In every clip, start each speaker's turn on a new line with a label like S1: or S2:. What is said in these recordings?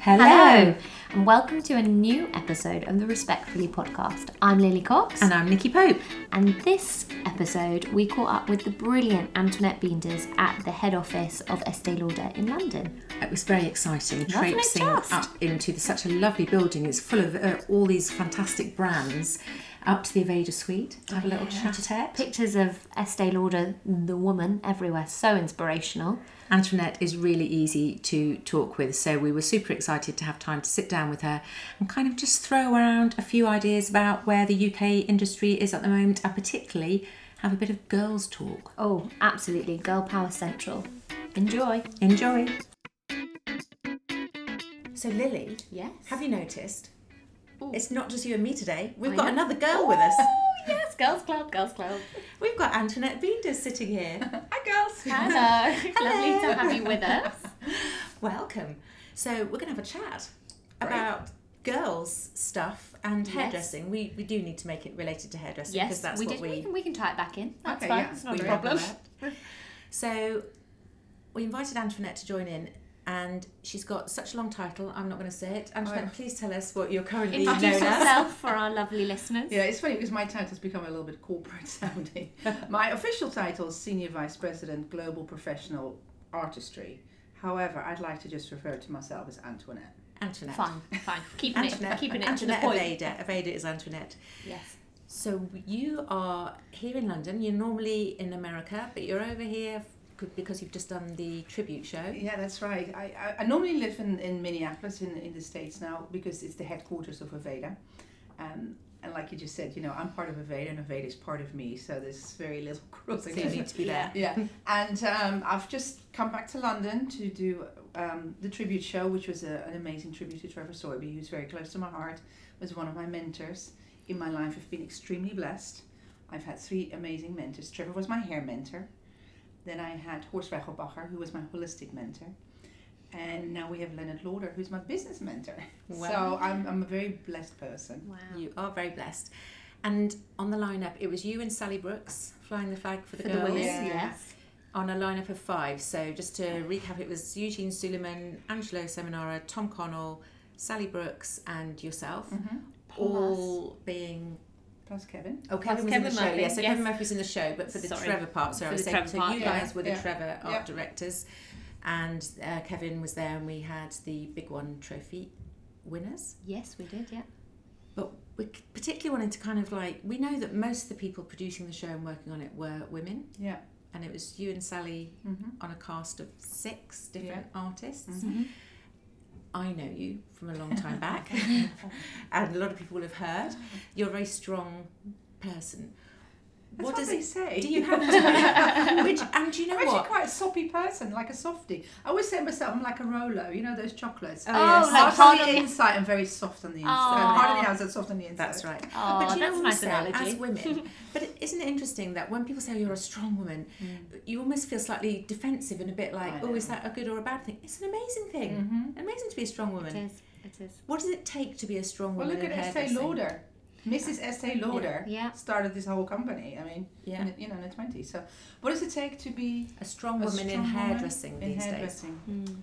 S1: Hello.
S2: and welcome to a new episode of the Respectfully podcast. I'm Lily Cox,
S1: And I'm Nikki Pope.
S2: and this episode we caught up with the brilliant Antoinette Beenders at the head office of Estee Lauder in London.
S1: It was very exciting
S2: Wasn't it
S1: traipsing
S2: just?
S1: up into the, such a lovely building. It's full of uh, all these fantastic brands. Up to the Evader Suite, to have a little chatette.
S2: Pictures of Estee Lauder, the woman, everywhere. So inspirational.
S1: Antoinette is really easy to talk with, so we were super excited to have time to sit down with her and kind of just throw around a few ideas about where the UK industry is at the moment, and particularly have a bit of girls talk.
S2: Oh, absolutely. Girl Power Central. Enjoy.
S1: Enjoy. So, Lily,
S2: Yes.
S1: Have you noticed? It's not just you and me today. We've
S2: I
S1: got
S2: know.
S1: another girl with us.
S2: yes, Girls Club, Girls Club.
S1: We've got Antoinette Beenders sitting here.
S3: Hi, girls.
S2: Hello.
S1: Hello.
S2: Lovely to have you with us.
S1: Welcome. So we're going to have a chat about girls stuff and
S2: Yes.
S1: hairdressing. We we do need to make it related to hairdressing because
S2: Yes,
S1: that's
S2: we
S1: what
S2: did.
S1: we
S2: We can, we can tie it back in. That's
S3: Okay,
S2: fine.
S3: yeah,
S2: It's not
S3: we
S2: a
S3: can have
S2: problem.
S1: that. So we invited Antoinette to join in. And she's got such a long title, I'm not going to say it. Antoinette,
S3: Oh.
S1: please tell us what you're currently known
S2: Introduce
S1: as.
S2: yourself for our lovely listeners.
S3: Yeah, it's funny because my title's become a little bit corporate sounding. my official title is Senior Vice President, Global Professional Artistry. However, I'd like to just refer to myself as Antoinette.
S1: Antoinette.
S2: Fine, fine. Keeping
S1: Antoinette.
S2: it, keeping it
S1: Antoinette
S2: to the point.
S1: Aveda. Aveda is Antoinette.
S2: Yes.
S1: So you are here in London. You're normally in America, but you're over here f- because you've just done the tribute show.
S3: Yeah, that's right. I, I, I normally live in, in Minneapolis in, in the States now because it's the headquarters of Aveda. Um, and like you just said, you know, I'm part of Aveda and Aveda is part of me, so there's very little
S1: So
S3: crossing.
S1: you need to be there.
S3: yeah and um, i've just come back to london to do um, the tribute show which was a, an amazing tribute to trevor soybe who's very close to my heart was one of my mentors in my life i've been extremely blessed i've had three amazing mentors trevor was my hair mentor then i had horst Reichelbacher, who was my holistic mentor and now we have leonard lauder who's my business mentor
S1: Wow.
S3: so I'm, I'm a very blessed person
S2: Wow.
S1: You are very blessed. And on the lineup, it was you and Sally Brooks flying the flag for the
S2: for the
S1: girls
S2: women,
S3: Yeah.
S2: yes.
S1: on a lineup of five. So just to recap, it was Eugene Suleiman, Angelo Seminara, Tom Connell, Sally Brooks, and yourself, all being
S3: plus kevin
S1: Oh, Kevin, was in the
S2: Kevin
S1: show.
S2: Murphy,
S1: Yeah, so Kevin
S2: yes.
S1: Murphy's in the show, but for the
S2: Sorry.
S1: Trevor part. So I
S2: For
S1: was
S2: the
S1: saying,
S2: Trevor
S1: so
S2: part,
S1: you
S2: yeah,
S1: guys were the
S3: yeah,
S1: Trevor art
S3: yeah.
S1: directors, and uh, Kevin was there, and we had the Big One Trophy winners.
S2: Yes, we did, yeah.
S1: But we c- particularly wanted to kind of like we know that most of the people producing the show and working on it were women,
S3: yeah
S1: and it was you and Sally
S3: mm-hmm.
S1: on a cast of six different artists.
S2: Mm. Mm-hmm.
S1: I know you from a long time back, and a lot of people will have heard. You're a very strong person.
S3: That's
S1: what
S3: what,
S1: does
S3: they
S1: it?
S3: say
S1: Do you have to? Which and do you know
S3: I'm actually
S1: what?
S3: quite a soppy person, like a softy. I always say to myself, I'm like a Rolo, you know those chocolates.
S1: Oh,
S2: Oh,
S1: yes.
S2: like
S3: hard on
S2: hard
S3: the Oh.
S2: on
S3: inside and very soft on the inside.
S2: Aw.
S3: Hard on the outside, soft on the inside.
S1: That's right.
S2: Oh,
S1: but do you
S2: that's
S1: know
S2: a nice
S1: also,
S2: analogy.
S1: as women, but it- isn't it interesting that when people say you're a strong woman, you almost feel slightly defensive and a bit like,
S3: Mm. I
S1: oh, is
S3: know.
S1: that a good or a bad thing? It's an amazing thing.
S3: Mm-hmm.
S1: Amazing to be a strong
S2: It
S1: woman.
S2: is, it is.
S1: What does it take to be a strong
S3: Well,
S1: woman?
S3: look at
S1: in
S3: Estee
S1: hairdressing?
S3: Lauder. Mrs. Estee Lauder
S2: Yeah.
S3: started this whole company. I mean,
S1: Yeah,
S3: in, the- you know, in the 20s. So, what does it take to be
S1: a strong
S3: a
S1: woman in
S3: strong woman
S1: hairdressing
S3: in
S1: these days.
S3: hairdressing?
S2: Mm.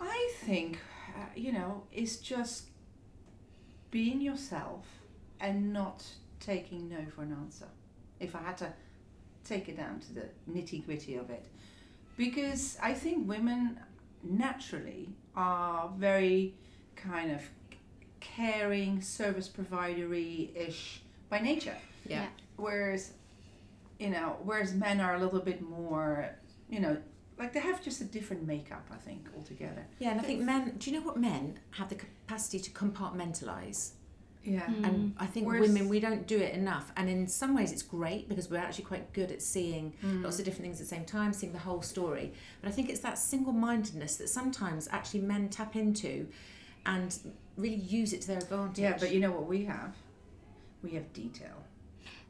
S3: I think, uh, you know, it's just being yourself and not taking no for an answer. If I had to take it down to the nitty gritty of it, because I think women naturally are very kind of caring, service providery ish by nature.
S1: Yeah.
S2: Yeah.
S3: Whereas, you know, whereas men are a little bit more, you know, like they have just a different makeup, I think, altogether.
S1: Yeah, and I think men. Do you know what men have the capacity to compartmentalize?
S3: Yeah.
S1: And I think
S3: Mm. Whereas-
S1: women we don't do it enough. And in some ways it's great because we're actually quite good at seeing
S3: Mm.
S1: lots of different things at the same time, seeing the whole story. But I think it's that single-mindedness that sometimes actually men tap into, and really use it to their advantage.
S3: Yeah, but you know what we have? We have detail.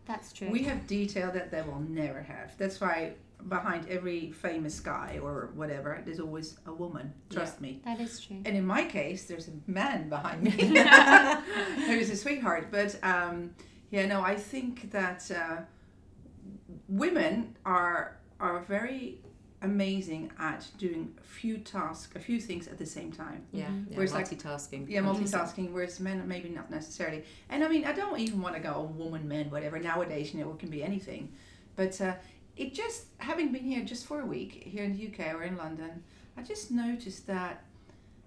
S2: That's true.
S3: We have detail that they will never have. That's why behind every famous guy or whatever, there's always a woman. Trust me.
S2: that is true.
S3: And in my case, there's a man behind me. Who's a sweetheart. But um, yeah, no, I think that uh, women are are very amazing at doing a few tasks, a few things at the same time.
S1: Yeah, yeah
S3: Whereas, Mm-hmm. like,
S1: multitasking.
S3: Yeah,
S1: Mhm.
S3: multitasking, whereas men maybe not necessarily. And I mean, I don't even want to go woman, man, whatever. Nowadays, you know, it can be anything. But uh, it just, having been here just for a week, here in the UK or in London, I just noticed that,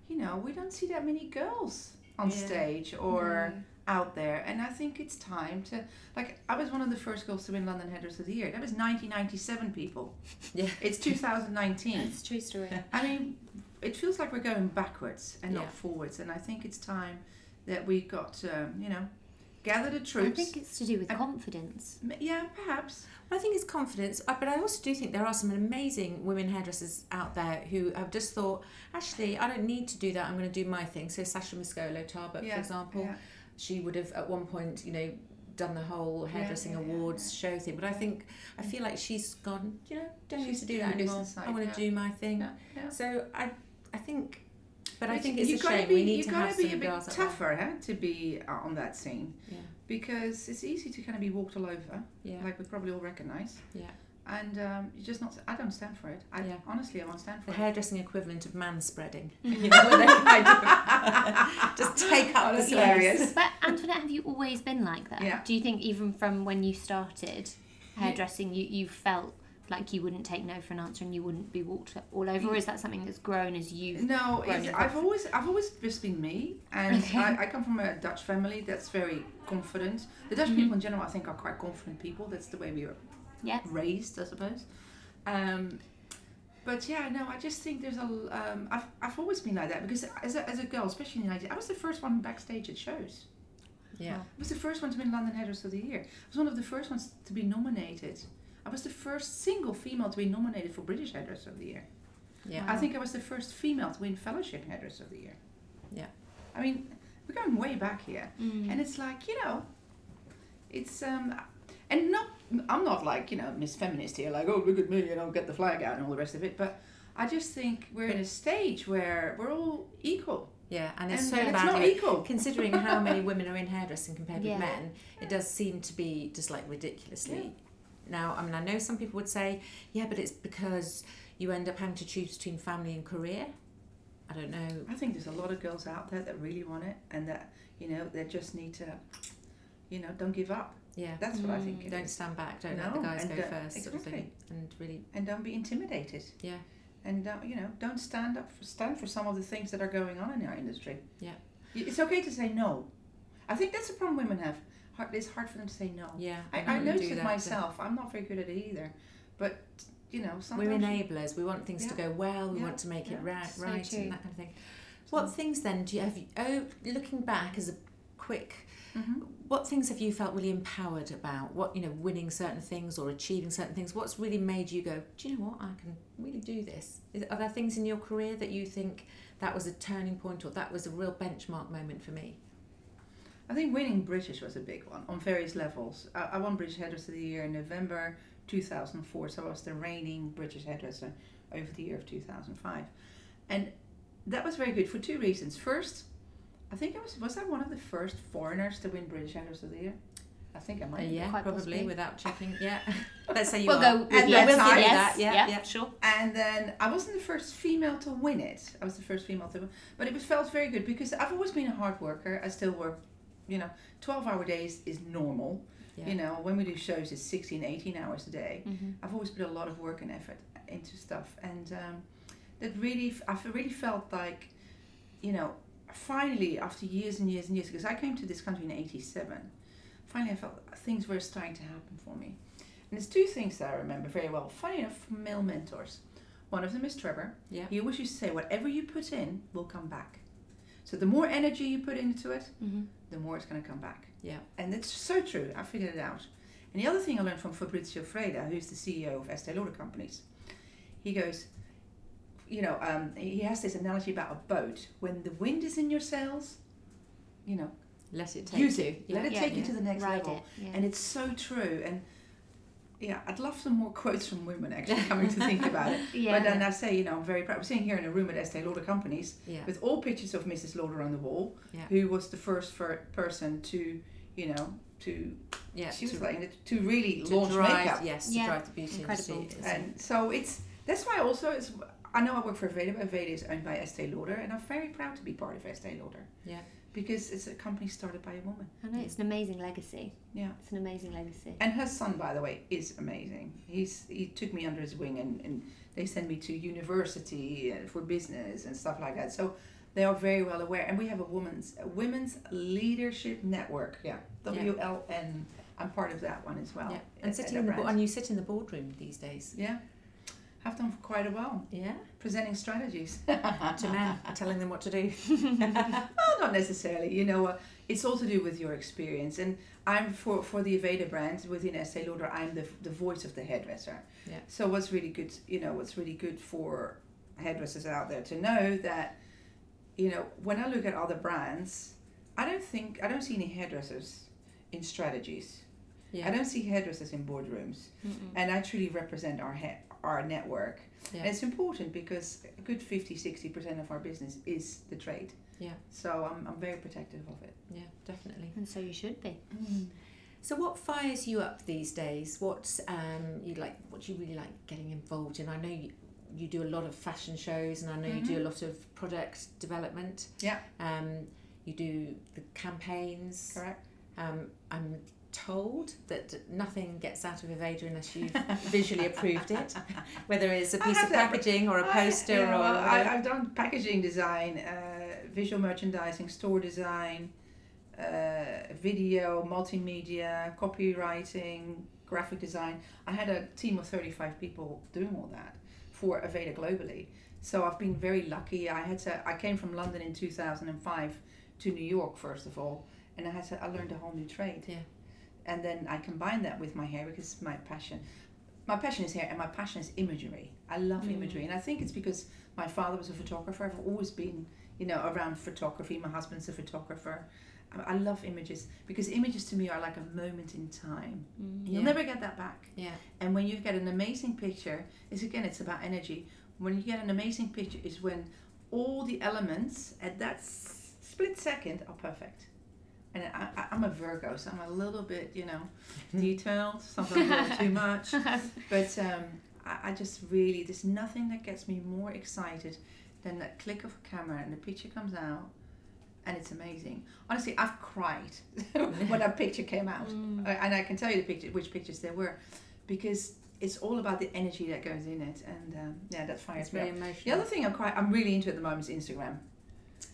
S3: you know, we don't see that many girls on
S1: Yeah. Mm-hmm.
S3: stage or out there. And I think it's time to, like, I was one of the first girls to win London Headers of the Year. That was 1997 people.
S1: Yeah.
S3: It's 2019.
S2: That's a true story.
S3: I mean, it feels like we're going backwards and
S1: Yeah.
S3: not forwards, and I think it's time that we got, um, you know, gather the
S2: I
S3: troops.
S2: think it's to do with
S3: Um,
S2: confidence.
S3: M- yeah, perhaps.
S1: I think it's confidence, uh, but I also do think there are some amazing women hairdressers out there who have just thought, actually, I don't need to do that. I'm going to do my thing. So Sasha Muscolo Tarbuck,
S3: yeah,
S1: for example,
S3: yeah.
S1: she would have at one point, you know, done the whole hairdressing
S3: yeah, yeah,
S1: awards show thing. But I think I feel like she's gone. You know, don't
S3: She's
S1: need to do that
S3: doing this
S1: anymore.
S3: inside,
S1: I want
S3: yeah.
S1: to do my thing.
S3: Yeah, yeah.
S1: So I, I think, but I
S3: But
S1: think it's
S3: you
S1: a
S3: gotta
S1: shame.
S3: Be,
S1: we need
S3: you
S1: to
S3: gotta
S1: have
S3: be
S1: some
S3: a bit
S1: girls out there.
S3: tougher, huh, to be uh, on that scene.
S1: Yeah.
S3: Because it's easy to kind of be walked all over,
S1: Yeah.
S3: like we probably all recognise.
S1: Yeah.
S3: And um, you just not. I don't stand for it. I
S1: Yeah.
S3: honestly, I won't stand for
S1: The
S3: it.
S1: hairdressing equivalent of man spreading. You know, when they kind of just take up the
S3: Honestly.
S1: space.
S2: But Antoinette, have you always been like that?
S3: Yeah.
S2: Do you think even from when you started hairdressing, you, you felt like you wouldn't take no for an answer and you wouldn't be walked all over, or is that something that's grown as
S1: Mm.
S2: you?
S3: No,
S2: grown
S3: it's,
S2: up.
S3: I've always I've always just been me, and
S2: Okay.
S3: I, I come from a Dutch family that's very confident. The Dutch people in general, I think, are quite confident people. That's the way we were
S2: Yeah.
S3: raised, I suppose. Um, but yeah, no, I just think there's a. l- Um, I've, I've always been like that because as a, as a girl, especially in the 90s, I was the first one backstage at shows.
S1: Yeah.
S3: I was the first one to win London Headers of the Year. I was one of the first ones to be nominated. I was the first single female to be nominated for British Headers of the Year.
S1: Yeah.
S3: I think I was the first female to win Fellowship Headers of the Year.
S1: Yeah.
S3: I mean, we're going way back here,
S2: Mm.
S3: and it's like you know, it's um, and not I'm not like you know Miss Feminist here, like oh look at me and I'll get the flag out and all the rest of it, but. I just think we're in a stage where we're all equal,
S1: Yeah, and it's so
S3: and it's not
S1: bad.
S3: equal.
S1: Considering how many women are in hairdressing compared
S2: Yeah.
S1: with men, it does seem to be just like ridiculously.
S3: Yeah.
S1: Now, I mean, I know some people would say, yeah, but it's because you end up having to choose between family and career. I don't know.
S3: I think there's a lot of girls out there that really want it, and that you know they just need to, you know, don't give up.
S1: Yeah.
S3: That's what I think. it
S1: Mm, Don't
S3: is.
S1: stand back. Don't let the
S3: No,
S1: guys
S3: and
S1: go
S3: don't-
S1: first, sort of thing.
S3: exactly.
S1: And really,
S3: and don't be intimidated.
S1: Yeah.
S3: And don't, you know, don't stand up for, stand for some of the things that are going on in our industry.
S1: Yeah.
S3: Y- It's okay to say no. I think that's the problem women have. Hard, it's hard for them to say no.
S1: yeah.
S3: I,
S1: women
S3: I
S1: do
S3: noticed it
S1: that,
S3: myself. I'm not very good at it either. But you know,
S1: but
S3: sometimes
S1: We're enablers. We want things to go well. We
S3: Yeah.
S1: want to make it
S3: Yeah.
S1: right,
S2: So
S1: right,
S2: true.
S1: and that kind of thing. What things then do you have? You, oh, looking back as a quick
S3: Mhm.
S1: what things have you felt really empowered about what you know winning certain things or achieving certain things what's really made you go do you know what i can really do this Is, are there things in your career that you think that was a turning point or that was a real benchmark moment for me
S3: I think winning British was a big one on various levels. I, I won British Headers of the Year in November 2004, so I was the reigning British Headressor over the year of 2005. And that was very good for two reasons. First, I think I was, was I one of the first foreigners to win British Headers of the Year? I think I
S1: Uh,
S3: might. have been.
S1: yeah
S2: Quite
S1: probably
S2: possibly.
S1: without checking yeah let's say you
S2: We'll
S1: are
S2: go with
S3: At
S2: yes.
S3: that time,
S2: yes.
S1: that, yeah, yeah.
S2: sure.
S3: And then I wasn't the first female to win it. I was the first female to win, but it was felt very good because I've always been a hard worker. I still work, you know, 12 hour days is normal.
S1: Yeah.
S3: You know, when we do shows, it's 16, 18 hours a day.
S2: Mm-hmm.
S3: I've always put a lot of work and effort into stuff, and um, that really, I f- really felt like, you know, finally after years and years and years, because I came to this country in '87, finally I felt things were starting to happen for me. And there's two things that I remember very well. Funny enough, from male mentors. One of them is Trevor.
S1: Yeah.
S3: He always used to say, whatever you put in will come back. So the more energy you put into it,
S2: Mm-hmm.
S3: the more it's going to come back.
S1: Yeah.
S3: And it's so true. I figured it out. And the other thing I learned from Fabrizio Freda, who's the CEO of Estee Lauder Companies, he goes, you know, um, he has this analogy about a boat. When the wind is in your sails, you know,
S1: let it take
S3: use
S1: you
S3: it.
S1: Yeah.
S3: Let it
S2: Yeah.
S3: take you to the next
S2: Ride
S3: level.
S2: it. Yeah.
S3: And it's so true. And yeah, I'd love some more quotes from women actually coming to think about it.
S2: yeah.
S3: But then I say, you know, I'm very proud. We're sitting here in a room at Estee Lauder Companies
S1: yeah
S3: with all pictures of Mrs. Lauder on the wall,
S1: Yeah.
S3: who was the first fir- person to, you know, to
S1: yeah
S3: she was
S1: to,
S3: like to really
S1: to
S3: launch
S1: drive
S3: makeup.
S1: yes
S2: Yeah.
S1: to drive the beauty
S2: Incredible.
S1: industry It's-
S3: And so it's That's why also it's. I know I work for Veda, but Veda is owned by Estee Lauder, and I'm very proud to be part of Estee Lauder.
S1: Yeah.
S3: Because it's a company started by a woman.
S2: I know it's an amazing legacy.
S3: Yeah.
S2: It's an amazing legacy.
S3: And her son, by the way, is amazing. He's he took me under his wing, and, and they send me to university uh, for business and stuff like that. So they are very well aware. And we have a women's a women's leadership network. Yeah, WLN. I'm part of that one as well.
S1: yeah.
S3: at- at
S1: And sitting
S3: that
S1: in the
S3: brand.
S1: bo- and you sit in the boardroom these days.
S3: Yeah, have done quite a while
S1: Yeah.
S3: presenting strategies.
S1: To men, telling them what to do.
S3: Well, not necessarily. You know, uh, it's all to do with your experience. And I'm for for the Aveda brand within Estee Lauder. I'm the the voice of the hairdresser.
S1: Yeah.
S3: So what's really good, you know, what's really good for hairdressers out there to know that, you know, when I look at other brands, I don't think I don't see any hairdressers in strategies.
S1: Yeah.
S3: I don't see hairdressers in boardrooms, and I truly represent our ha- our network.
S1: Yeah.
S3: And it's important because a good 50 60% of our business is the trade.
S1: Yeah.
S3: So I'm, I'm very protective of it.
S1: Yeah, definitely.
S2: And so you should be.
S1: Mm. So, what fires you up these days? What's um, you like? What do you really like getting involved in? I know you, you do a lot of fashion shows, and I know you do a lot of product development.
S3: Mm-hmm. Yeah.
S1: Um, you do the campaigns.
S3: Correct?
S1: Um, I'm told that nothing gets out of Evader unless you visually approved it, whether it's a
S3: I
S1: piece
S3: have
S1: of
S3: that-
S1: packaging or a poster
S3: I, yeah,
S1: or.
S3: well, I,
S1: whatever.
S3: I've done packaging design, uh, visual merchandising, store design, uh, video, multimedia, copywriting, graphic design. I had a team of 35 people doing all that for Aveda globally. So I've been very lucky. I had to. I came from London in 2005 to New York first of all, and I had to. I learned a whole new trade.
S1: Yeah.
S3: And then I combined that with my hair because it's my passion. My passion is hair, and my passion is imagery. I love
S1: Mm.
S3: imagery, and I think it's because my father was a photographer. I've always been, you know, around photography. My husband's a photographer. I I love images because images to me are like a moment in time. You'll
S1: Yeah.
S3: never get that back.
S1: Yeah.
S3: And when you get an amazing picture, it's again, it's about energy. When you get an amazing picture, is when all the elements at that s- split second are perfect. And I, I, I'm a Virgo, so I'm a little bit, you know, detailed, sometimes a little too much. But um, I, I just really, there's nothing that gets me more excited than that click of a camera and the picture comes out and it's amazing. Honestly, I've cried when that picture came out.
S2: Mm.
S3: Uh, And I can tell you the picture, which pictures there were because it's all about the energy that goes in it. And um, yeah, that fires
S1: It's
S3: me
S1: very
S3: up. The
S1: emotional.
S3: other thing I'm quite, I'm really into at the moment is Instagram.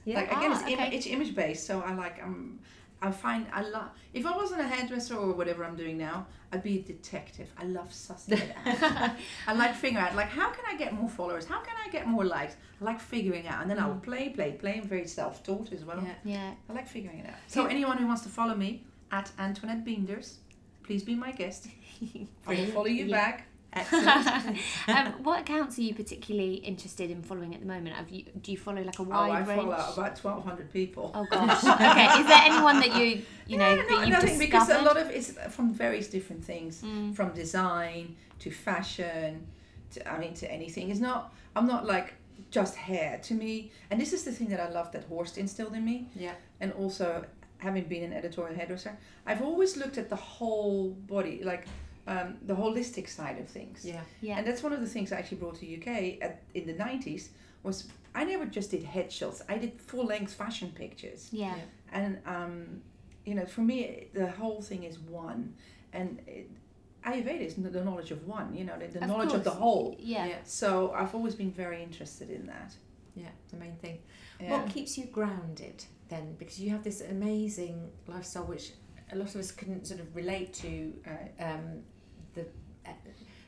S1: Yeah.
S3: Like again,
S2: Ah,
S3: it's, Im-
S2: okay.
S3: it's image based, so I like um, I find I love. If I wasn't a hairdresser or whatever I'm doing now, I'd be a detective. I love sussing it out. I like figuring out like how can I get more followers? How can I get more likes? I like figuring out, and then I'll play, play, play. I'm very self taught as well.
S1: Mm. Yeah.
S2: Yeah.
S3: I like figuring it out. So anyone who wants to follow me at Antoinette Beenders, please be my guest. I will follow you
S2: Yeah.
S3: back.
S2: um, what accounts are you particularly interested in following at the moment? Have you, do you follow like a
S3: Oh, I
S2: wide range?
S3: follow about twelve hundred people.
S2: Oh gosh. okay. Is there anyone that you you know
S3: no,
S2: that
S3: no,
S2: you've discovered? Mm.
S3: nothing, because a lot of it's from various different things, from design to fashion, to I mean to anything. It's not. I'm not like just hair to me, and this is the thing that I love that Horst instilled in me,
S1: yeah.
S3: and also having been an editorial hairdresser, I've always looked at the whole body, like um, the holistic side of things.
S1: Yeah.
S2: yeah.
S3: And that's one of the things I actually brought to UK at, in the 90s was I never just did headshots. I did full-length fashion pictures
S2: yeah.
S1: Yeah.
S3: and um, you know, for me, the whole thing is one, and it, Ayurveda is the knowledge of one. You know, the, the
S2: Of
S3: knowledge of the
S2: course.
S3: whole.
S2: Yeah.
S1: Yeah.
S3: So I've always been very interested in that.
S1: Yeah. The main thing.
S3: Yeah.
S1: What keeps you grounded then? Because you have this amazing lifestyle, which a lot of us can sort of relate to
S3: Right.
S1: um, the uh,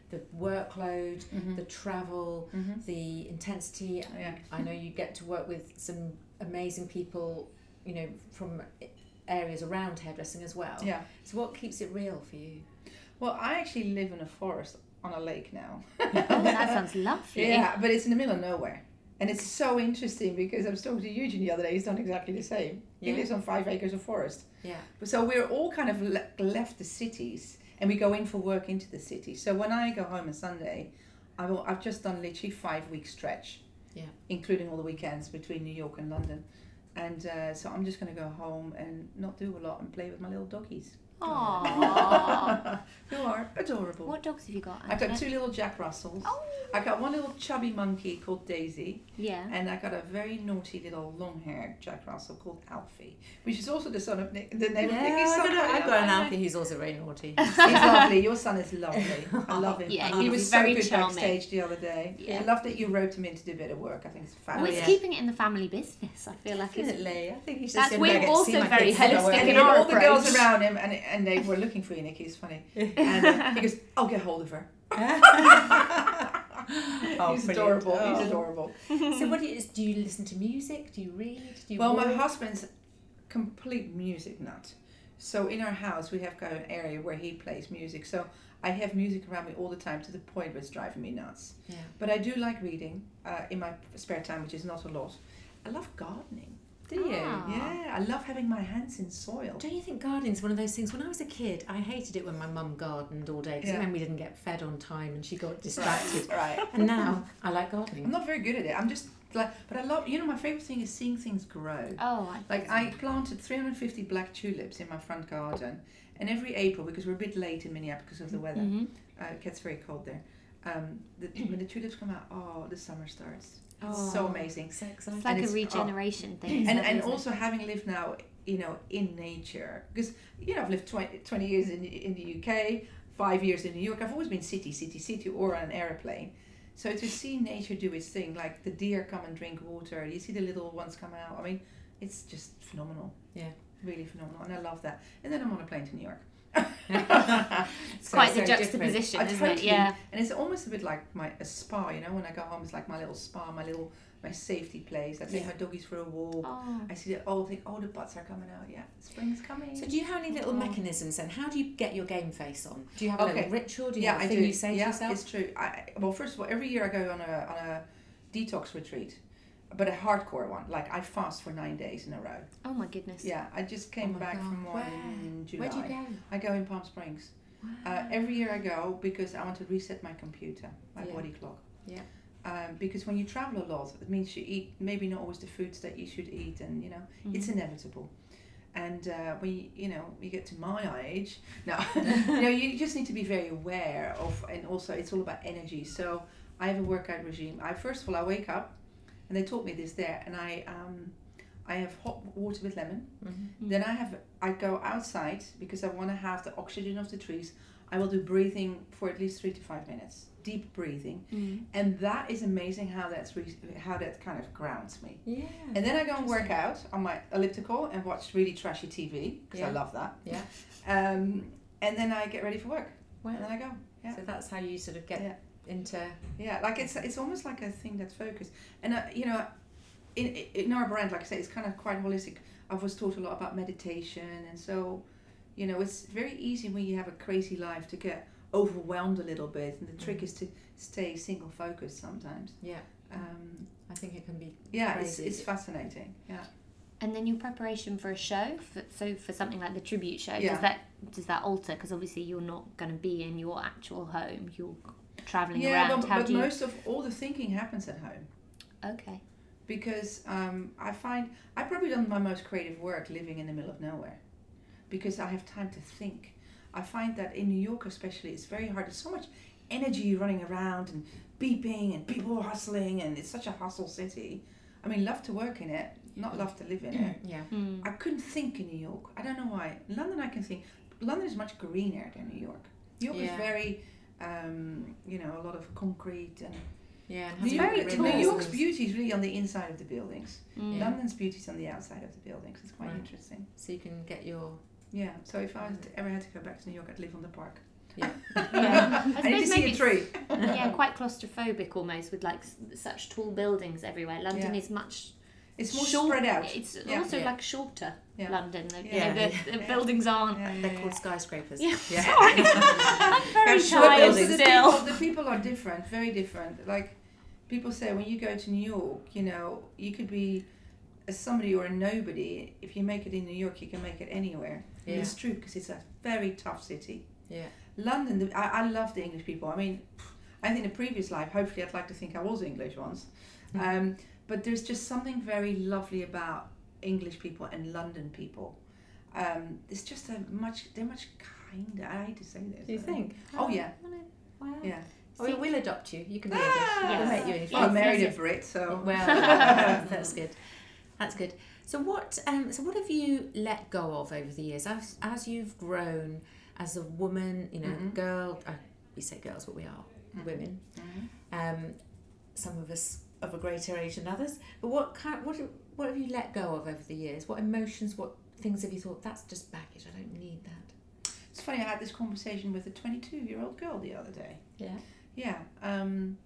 S1: the workload,
S3: Mhm.
S1: the travel,
S2: mm-hmm.
S3: Mhm.
S1: the intensity. I-
S3: Yeah.
S1: I know you get to work with some amazing people, you know, from areas around hairdressing as well.
S3: Yeah.
S1: So what keeps it real for you?
S3: Well, I actually live in a forest on a lake now.
S2: Oh, that sounds lovely.
S3: Yeah, but it's in the middle of nowhere. And it's so interesting because I was talking to Eugene the other day. He's done exactly the same.
S1: Yeah.
S3: He lives on five acres of forest.
S1: Yeah.
S3: So we're all kind of le- left the cities and we go in for work into the city. So when I go home on Sunday, I will, I've just done literally five week stretch,
S1: Yeah.
S3: including all the weekends between New York and London. And uh, so I'm just going to go home and not do a lot and play with my little doggies.
S2: Aww.
S3: Who are adorable.
S2: what dogs have you got?
S3: I've got
S2: Angela?
S3: two little Jack Russells.
S2: Oh.
S3: I got one little chubby monkey called Daisy,
S2: Yeah.
S3: and I got a very naughty little long-haired Jack Russell called Alfie, which is also the son of Nick, the name of Nicky's son.
S1: I've got an Alfie who's also very naughty.
S3: He's lovely. Your son is lovely. I love him.
S2: Yeah,
S3: he
S2: he's
S3: was
S2: very
S3: so good
S2: charming.
S3: backstage the other day.
S2: Yeah.
S3: I love that you roped him in to do a bit of work. I think it's
S2: Well,
S3: fabulous.
S2: it's
S1: yeah.
S2: keeping it in the family business. I feel like it's
S1: Definitely. I think he's just
S2: That's-
S1: gonna
S2: we're
S1: go get to
S2: also
S1: see my
S2: very
S1: kids Oh, at work.
S2: holistic
S3: And
S2: in
S3: he had
S2: our
S3: all the girls
S2: approach.
S3: around him, and and they were looking for you, Nicky. It's funny. And uh, he goes, "I'll get hold of her."
S1: Oh,
S3: He's
S1: brilliant.
S3: adorable. He's
S1: Oh.
S3: adorable.
S1: So what do you, do you listen to music? Do you read? Do you
S3: Well, my
S1: walk?
S3: husband's complete music nut. So in our house, we have got an area where he plays music. So I have music around me all the time to the point where it's driving me nuts.
S1: Yeah.
S3: But I do like reading uh, in my spare time, which is not a lot. I love gardening.
S1: Do you?
S2: Ah.
S3: Yeah, I love having my hands in soil.
S1: Don't you think gardening's one of those things? When I was a kid, I hated it when my mum gardened all day because
S3: Yeah.
S1: then we didn't get fed on time and she got distracted.
S3: Right.
S1: and now I like
S3: I'm
S1: gardening.
S3: not very good at it. I'm just like, but I love. You know, my favorite thing is seeing things grow.
S2: Oh, I
S3: Like I planted 350 black tulips in my front garden, and every April because we're a bit late in Minneapolis because of
S1: Mm-hmm.
S3: the weather,
S2: hmm
S3: uh, it gets very cold there. Um, the, when the tulips come out, oh, the summer starts.
S2: Oh.
S3: It's so amazing.
S1: So
S2: It's
S1: exciting.
S2: like
S3: and
S2: a
S3: it's-
S2: regeneration thing.
S3: And
S2: isn't
S3: and
S2: it?
S3: also having lived now, you know, in nature because you know I've lived 20, 20 years in in the UK, five years in New York. I've always been city, city, city, or on an airplane. So to see nature do its thing, like the deer come and drink water, you see the little ones come out. I mean, it's just phenomenal.
S1: Yeah.
S3: Really phenomenal, and I love that. And then I'm on a plane to New York.
S1: It's
S2: quite the
S1: very different.
S2: juxtaposition,
S3: I
S2: isn't it?
S3: totally-
S2: Yeah.
S3: And it's almost a bit like my a spa, you know. When I go home, it's like my little spa, my little my safety place. I take
S1: Yeah.
S3: my doggies for a walk.
S2: Oh.
S3: I see the old thing. Oh, the butts are coming out. Yeah, spring's coming.
S1: So do you have any little
S2: Oh.
S1: mechanisms and how do you get your game face on? Do you have a
S3: Okay.
S1: little ritual? Do you
S3: yeah,
S1: have a
S3: I
S1: thing
S3: do.
S1: you say
S3: yeah,
S1: to yourself?
S3: it's true. I well, first of all, every year I go on a on a detox retreat, but a hardcore one. Like I fast for nine days in a row.
S2: Oh my goodness.
S3: Yeah, I just came
S1: Oh my
S3: back
S1: God.
S3: from one
S1: Where?
S3: in July.
S1: Where do Ah. you go?
S3: I go in Palm Springs. Uh, every year I go because I want to reset my computer, my
S1: Yeah.
S3: body clock.
S1: Yeah.
S3: Um, because when you travel a lot, it means you eat maybe not always the foods that you should eat, and you know
S2: Mm-hmm.
S3: it's
S1: Mm.
S3: inevitable. And uh, when you, you know you get to my age, no, you know you just need to be very aware of, and also it's all about energy. So I have a workout regime. I first of all I wake up, and they taught me this there, and I um, I have hot water with lemon.
S1: Mm-hmm.
S3: Then I have I go outside because I want to have the oxygen of the trees. I will do breathing for at least three to five minutes, deep breathing,
S2: Mm.
S3: and that is amazing how that's re- how that kind of grounds me.
S1: Yeah.
S3: And then I go and work out on my elliptical and watch really trashy TV because I
S1: Yeah.
S3: love that.
S1: Yeah.
S3: Um, and then I get ready for work,
S1: Wow.
S3: and then I go. yeah.
S1: So that's how you sort of get
S3: Yeah.
S1: into
S3: Yeah, like it's it's almost like a thing that's focused, and uh, you know, in in our brand, like I say, it's kind of quite holistic. I was taught a lot about meditation, and so, you know, it's very easy when you have a crazy life to get overwhelmed a little bit, and the trick
S2: Mm.
S3: is to stay single focused sometimes.
S1: Yeah.
S3: Um,
S1: I think it can be
S3: yeah, it's,
S1: Crazy.
S3: it's fascinating. Yeah.
S2: And then your preparation for a show, for, so for something like the tribute show,
S3: Yeah.
S2: does that does that alter? Because obviously you're not going to be in your actual home. You're traveling
S3: Yeah,
S2: around.
S3: but,
S2: How
S3: but
S2: do you?
S3: most of all the thinking happens at home.
S2: Okay.
S3: because um, I find I've probably done my most creative work living in the middle of nowhere because I have time to think. I find that in New York, especially, it's very hard. There's so much energy running around and beeping and people hustling, and it's such a hustle city. I mean, love to work in it, not love to live in it.
S1: Yeah.
S2: Mm.
S3: I couldn't think in New York. I don't know why. London, I can think. London is much greener than New York. New York
S1: Yeah.
S3: is very, um, you know, a lot of concrete and
S1: Yeah. and
S3: New,
S1: having
S2: very
S1: a
S3: York,
S1: bit
S2: tall.
S1: of
S3: New York's
S1: reasons.
S3: beauty is really on the inside of the buildings.
S2: Mm.
S1: Yeah.
S3: London's beauty is on the outside of the buildings. It's quite
S1: Right.
S3: interesting.
S1: So you can get your
S3: Yeah. So if I was to- ever had to go back to New York, I'd live on the park.
S2: Yeah. Mm. I
S3: I need to
S2: suppose
S3: see
S2: maybe
S3: a
S2: it's-
S3: tree.
S2: yeah, quite claustrophobic almost with like s- such tall buildings everywhere. London
S3: Yeah.
S2: is much
S3: It's more
S2: short-
S3: spread out.
S2: It's
S3: Yeah.
S2: also
S1: Yeah.
S2: like shorter.
S3: Yeah.
S2: London, the, you know,
S1: Yeah.
S2: the, the
S3: Yeah.
S2: buildings aren't.
S3: Yeah,
S1: They're
S3: yeah,
S1: called
S3: yeah.
S1: skyscrapers.
S2: Yeah.
S1: Yeah.
S2: I'm very
S1: Very short
S2: shy
S1: buildings.
S3: the,
S2: still.
S3: people, the people are different, very different. Like people say, when you go to New York, you know, you could be a somebody or a nobody. If you make it in New York, you can make it anywhere. And
S1: yeah.
S3: It's true because it's a very tough city.
S1: Yeah.
S3: London, the, I, I love the English people. I mean, I think in a previous life, hopefully, I'd like to think I was English once.
S1: Mm.
S3: Um, but there's just something very lovely about English people and London people. Um, it's just a much they're much kinder. I hate to say this.
S1: Do you
S3: but-
S1: think?
S3: Oh yeah,
S1: Wow.
S3: yeah.
S1: Oh, we will adopt you. You can be English.
S3: Ah!
S1: We'll
S2: Yes.
S1: make you English.
S3: Well, I
S2: Yes,
S3: married a
S2: yes,
S3: Brit, so
S1: Well, that's good. That's good. So what? Um, so what have you let go of over the years as as you've grown as a woman? You know,
S3: Mhm.
S1: girl. Uh, we say girls, but we are women.
S3: Mhm.
S1: Um, some of us of a greater age than others. But what kind? What what have you let go of over the years? What emotions? What things have you thought? That's just baggage. I don't need that.
S3: It's funny. I had this conversation with a 22-year-old girl the other day.
S1: Yeah.
S3: Yeah. Um,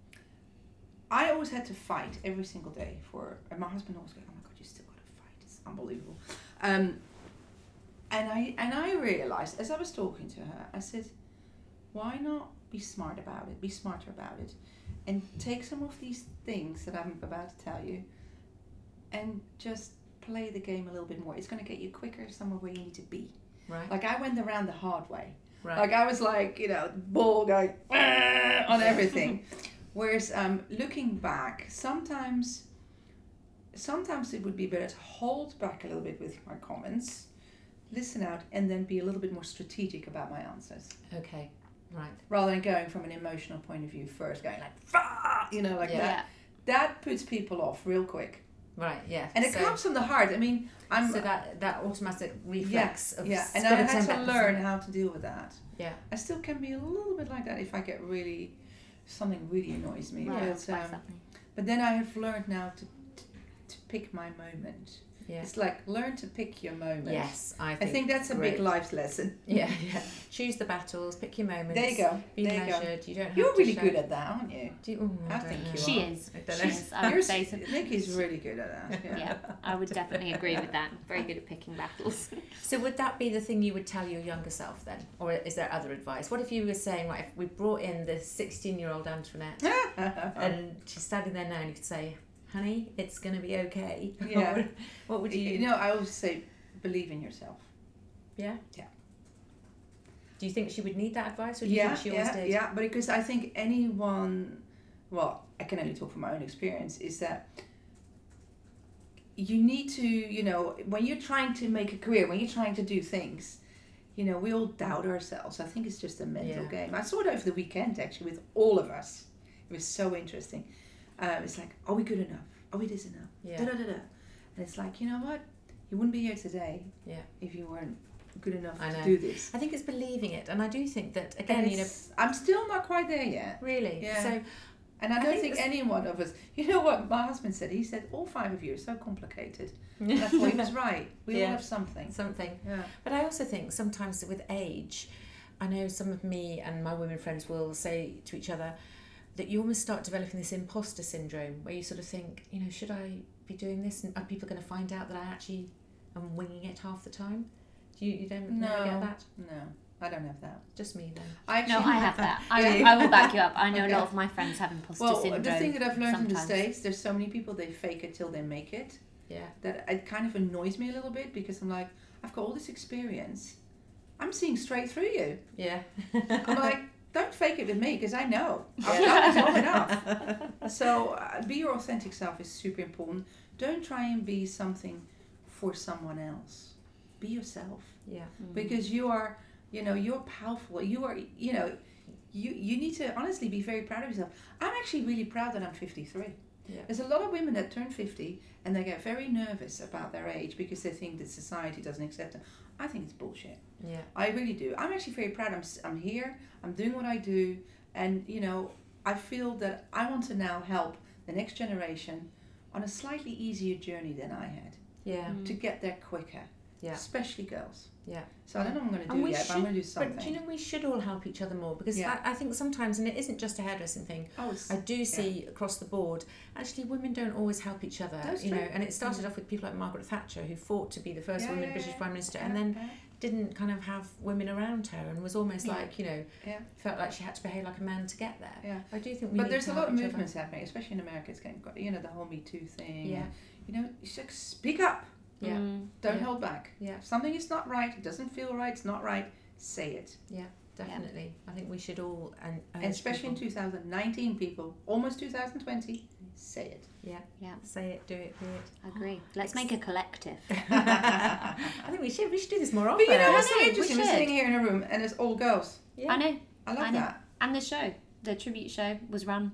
S3: I always had to fight every single day for, and my husband always goes, "Oh my god, you still got to fight! It's unbelievable." Um, and I and I realized as I was talking to her, I said, "Why not be smart about it? Be smarter about it, and take some of these things that I'm about to tell you, and just play the game a little bit more. It's going to get you quicker somewhere where you need to be."
S1: Right.
S3: Like I went around the hard way.
S1: Right.
S3: Like I was like, you know, ball going "Ah," on everything. Whereas um, looking back, sometimes, sometimes it would be better to hold back a little bit with my comments, listen out, and then be a little bit more strategic about my answers,
S1: okay. Right.
S3: rather than going from an emotional point of view first, going like, "Fuck," you know, like
S1: Yeah.
S3: that. That puts people off real quick,
S1: Right. Yeah.
S3: and it
S1: So-
S3: comes from the heart. I mean, I'm
S1: so that that automatic reflex of
S3: yeah, and I
S1: gotta
S3: had
S1: turn
S3: to
S1: back,
S3: learn how to deal with that.
S1: Yeah.
S3: I still can be a little bit like that if I get really something really annoys me.
S2: Right,
S3: But,
S2: that's
S3: um,
S2: something.
S3: but then I have learned now to to, to pick my moment.
S1: Yeah.
S3: It's like learn to pick your moment.
S1: Yes, I
S3: I
S1: think.
S3: think that's a big
S1: great.
S3: life's lesson.
S1: Yeah, yeah. Choose the battles, pick your moments.
S3: There you go.
S1: Be
S3: there you go.
S1: measured. You, don't. Have
S3: You're
S1: to
S3: really
S1: show-
S3: good at that, aren't you?
S1: Do you, oh, I,
S3: I
S1: don't
S3: think
S1: know.
S3: you
S2: she is.
S1: I
S2: She
S1: don't know.
S2: is. I would
S3: Yours-
S2: say so.
S3: Nicky's really good at that. Yeah.
S2: Yeah, I would definitely agree with that. Very good at picking battles.
S1: So would that be the thing you would tell your younger self then, or is there other advice? What if you were saying, right, if we brought in the sixteen-year-old Antoinette
S3: Uh-huh.
S1: and she's standing there now, and you could say, "Honey, it's going to be okay."
S3: Yeah.
S1: what, would, what would you?
S3: you know, I always say believe in yourself.
S1: yeah.
S3: Yeah.
S1: Do you think she would need that advice, or do you
S3: yeah,
S1: think she always
S3: yeah,
S1: did?
S3: yeah. But because I think anyone, well, I can only talk from my own experience, is that you need to, you know, when you're trying to make a career, when you're trying to do things, you know, we all doubt ourselves. I think it's just a mental
S1: Yeah.
S3: game. I saw it over the weekend actually with all of us. It was so interesting. Um, it's like, are we good enough? Are we this enough?
S1: Yeah.
S3: Da, da, da, da. And it's like, you know what? You wouldn't be here today
S1: Yeah.
S3: if you weren't good enough
S1: I
S3: to
S1: know.
S3: do this.
S1: I think it's believing it, and I do think that
S3: And
S1: again, you know,
S3: it's- I'm still not quite there yet.
S1: really.
S3: Yeah.
S1: So
S3: And I
S1: I
S3: don't
S1: think
S3: think,
S1: it's-
S3: any one of us. You know what my husband said? He said all five of you are so complicated. And I thought he was right. We
S1: Yeah.
S3: all have something.
S1: something.
S3: Yeah.
S1: But I also think sometimes with age, I know some of me and my women friends will say to each other that you almost start developing this imposter syndrome where you sort of think, you know, should I be doing this? And are people going to find out that I actually am winging it half the time? Do you, you don't never
S3: No.
S1: get that?
S3: No, I don't have that.
S1: Just me then.
S3: I actually
S2: No, I have that. I,
S3: Yeah.
S2: I will back you up. I know
S3: Okay.
S2: a lot of my friends have imposter
S3: Well,
S2: syndrome.
S3: the thing that I've learned in the
S2: sometimes.
S3: States, there's so many people they fake it till they make it.
S1: Yeah.
S3: That it kind of annoys me a little bit because I'm like, I've got all this experience. I'm seeing straight through you.
S1: Yeah.
S3: I'm like, don't fake it with me because I know. I've done it long enough. So, uh, be your authentic self is super important. Don't try and be something for someone else. Be yourself
S1: yeah.
S2: Mm.
S3: because you are, you know, you're powerful. You are, you know, you you need to honestly be very proud of yourself. I'm actually really proud that I'm 53.
S1: Yeah.
S3: There's a lot of women that turn 50 and they get very nervous about their age because they think that society doesn't accept them. I think it's bullshit.
S1: Yeah.
S3: I really do. I'm actually very proud. I'm, s- I'm here. I'm doing what I do. And, you know, I feel that I want to now help the next generation on a slightly easier journey than I had
S1: Yeah.
S2: Mm.
S3: to get there quicker.
S1: Yeah.
S3: Especially girls.
S1: Yeah.
S3: So I don't know what I'm going
S1: And
S3: to do
S1: we
S3: yet, but I'm
S1: should-
S3: going to do
S1: But do
S3: Mm. something.
S1: you know we should all help each other more because
S3: Yeah.
S1: I, I think sometimes, and it isn't just a hairdressing thing.
S3: oh, it's,
S1: I do see across the board, actually, women don't always help each other.
S3: That's
S1: you know,
S3: true. Mm.
S1: and it started off with people like Margaret Thatcher, who fought to be the first
S3: Yeah,
S1: woman
S3: yeah,
S1: British
S3: yeah.
S1: Prime Minister, and then
S3: yeah,
S1: didn't kind of have women around her, and was almost
S2: Yeah.
S1: like, you know,
S3: Yeah.
S1: felt like she had to behave like a man to get there.
S3: Yeah.
S1: I do think we.
S3: But
S1: need
S3: there's
S1: to
S3: a lot
S1: help
S3: of
S1: each other.
S3: movements happening, especially in America. It's getting, you know, the whole Me Too thing.
S1: Yeah.
S3: You know, it's like, speak up.
S1: Yeah.
S2: Mm.
S3: Don't
S1: Yeah.
S3: hold back.
S1: Yeah.
S3: If something is not right, it doesn't feel right, it's not right, say it.
S1: Definitely, I think we should all, and,
S3: And especially in 2019, people, almost 2020, say it.
S1: Say it, do it, be it.
S2: I agree. Let's make a collective.
S1: I think we should. We should do this more often.
S3: But you know what's
S2: I know,
S3: so
S2: we
S3: interesting? We're
S2: should.
S3: sitting here in a room and it's all girls.
S1: Yeah.
S2: I know.
S3: I love
S2: I know.
S3: that.
S2: And the show, the tribute show, was run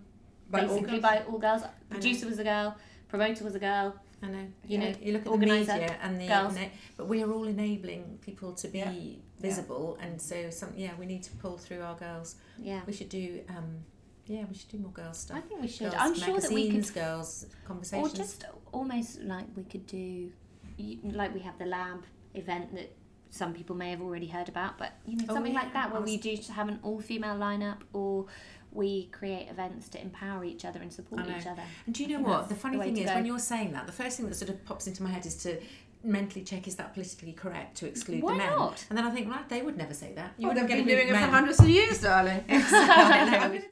S3: By all
S2: basically
S3: girls.
S2: by all girls. Producer was a girl, promoter was a girl.
S1: I know.
S2: You know,
S1: you look at
S2: organiser,
S1: the media and the
S2: girls.
S1: ena- but we are all enabling people to be
S3: Yeah.
S1: visible, and so some. Yeah, we need to pull through our girls.
S2: Yeah.
S1: We should do. um Yeah, we should do more girl
S2: I
S1: stuff.
S2: think we should.
S1: Girls
S2: I'm sure that we could.
S1: magazines, girls
S2: Or
S1: conversations.
S2: just almost like we could do, you- like we have the lab event that some people may have already heard about, but you know
S1: Oh,
S2: something
S1: yeah,
S2: like that where
S1: I
S2: we do to have an all-female lineup, or we create events to empower each other and support
S1: I know.
S2: each other.
S1: And do you
S2: I
S1: know
S2: think
S1: what?
S2: that's
S1: The funny
S2: the way
S1: thing
S2: to
S1: is,
S2: go.
S1: when you're saying that, the first thing that sort of pops into my head is to mentally check is that politically correct to exclude
S2: Why
S1: the men?
S2: not?
S1: And then I think, right, they would never say that.
S3: You would have
S1: get
S3: Oh, been
S1: away
S3: doing it
S1: with
S3: for
S1: men.
S3: hundreds of years, darling.
S1: Exactly.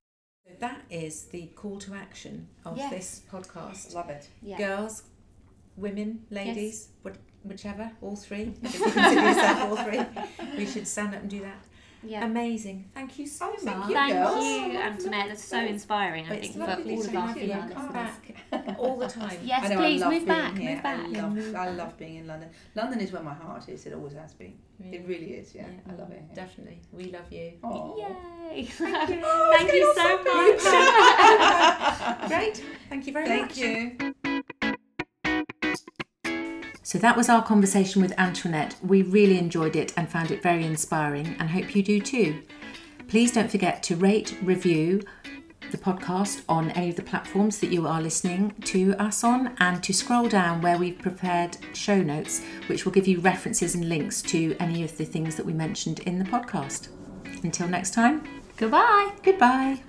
S1: That is the call to action of
S2: Yes.
S1: this podcast.
S3: Love it.
S2: Yeah.
S1: Girls, women, ladies, what, whichever, all three. If you consider yourself all three, we should stand up and do that.
S2: Yeah.
S1: Amazing. Thank you so
S3: Oh, thank
S1: much.
S3: you.
S2: Thank
S3: girls.
S2: you, Antoinette. That's so inspiring. I
S1: It's
S2: think for
S1: lovely
S2: all
S1: to
S2: of our
S1: have you.
S2: female
S1: Come
S2: listeners.
S1: back all the time.
S2: Yes,
S3: I know, I
S2: please
S3: love
S2: move
S3: being
S2: back.
S3: here.
S2: Move back.
S3: I love, I love being in London. London is where my heart is. It always has been. It really is. Yeah, I love it. here.
S1: Definitely. We love you.
S3: Oh.
S2: Yay!
S1: Thank you.
S2: Thank you so much.
S1: Great. Thank you very
S3: Thank you.
S1: So that was our conversation with Antoinette. We really enjoyed it and found it very inspiring and hope you do too. Please don't forget to rate, review the podcast on any of the platforms that you are listening to us on and to scroll down where we've prepared show notes which will give you references and links to any of the things that we mentioned in the podcast. Until next time,
S2: Goodbye.
S1: goodbye.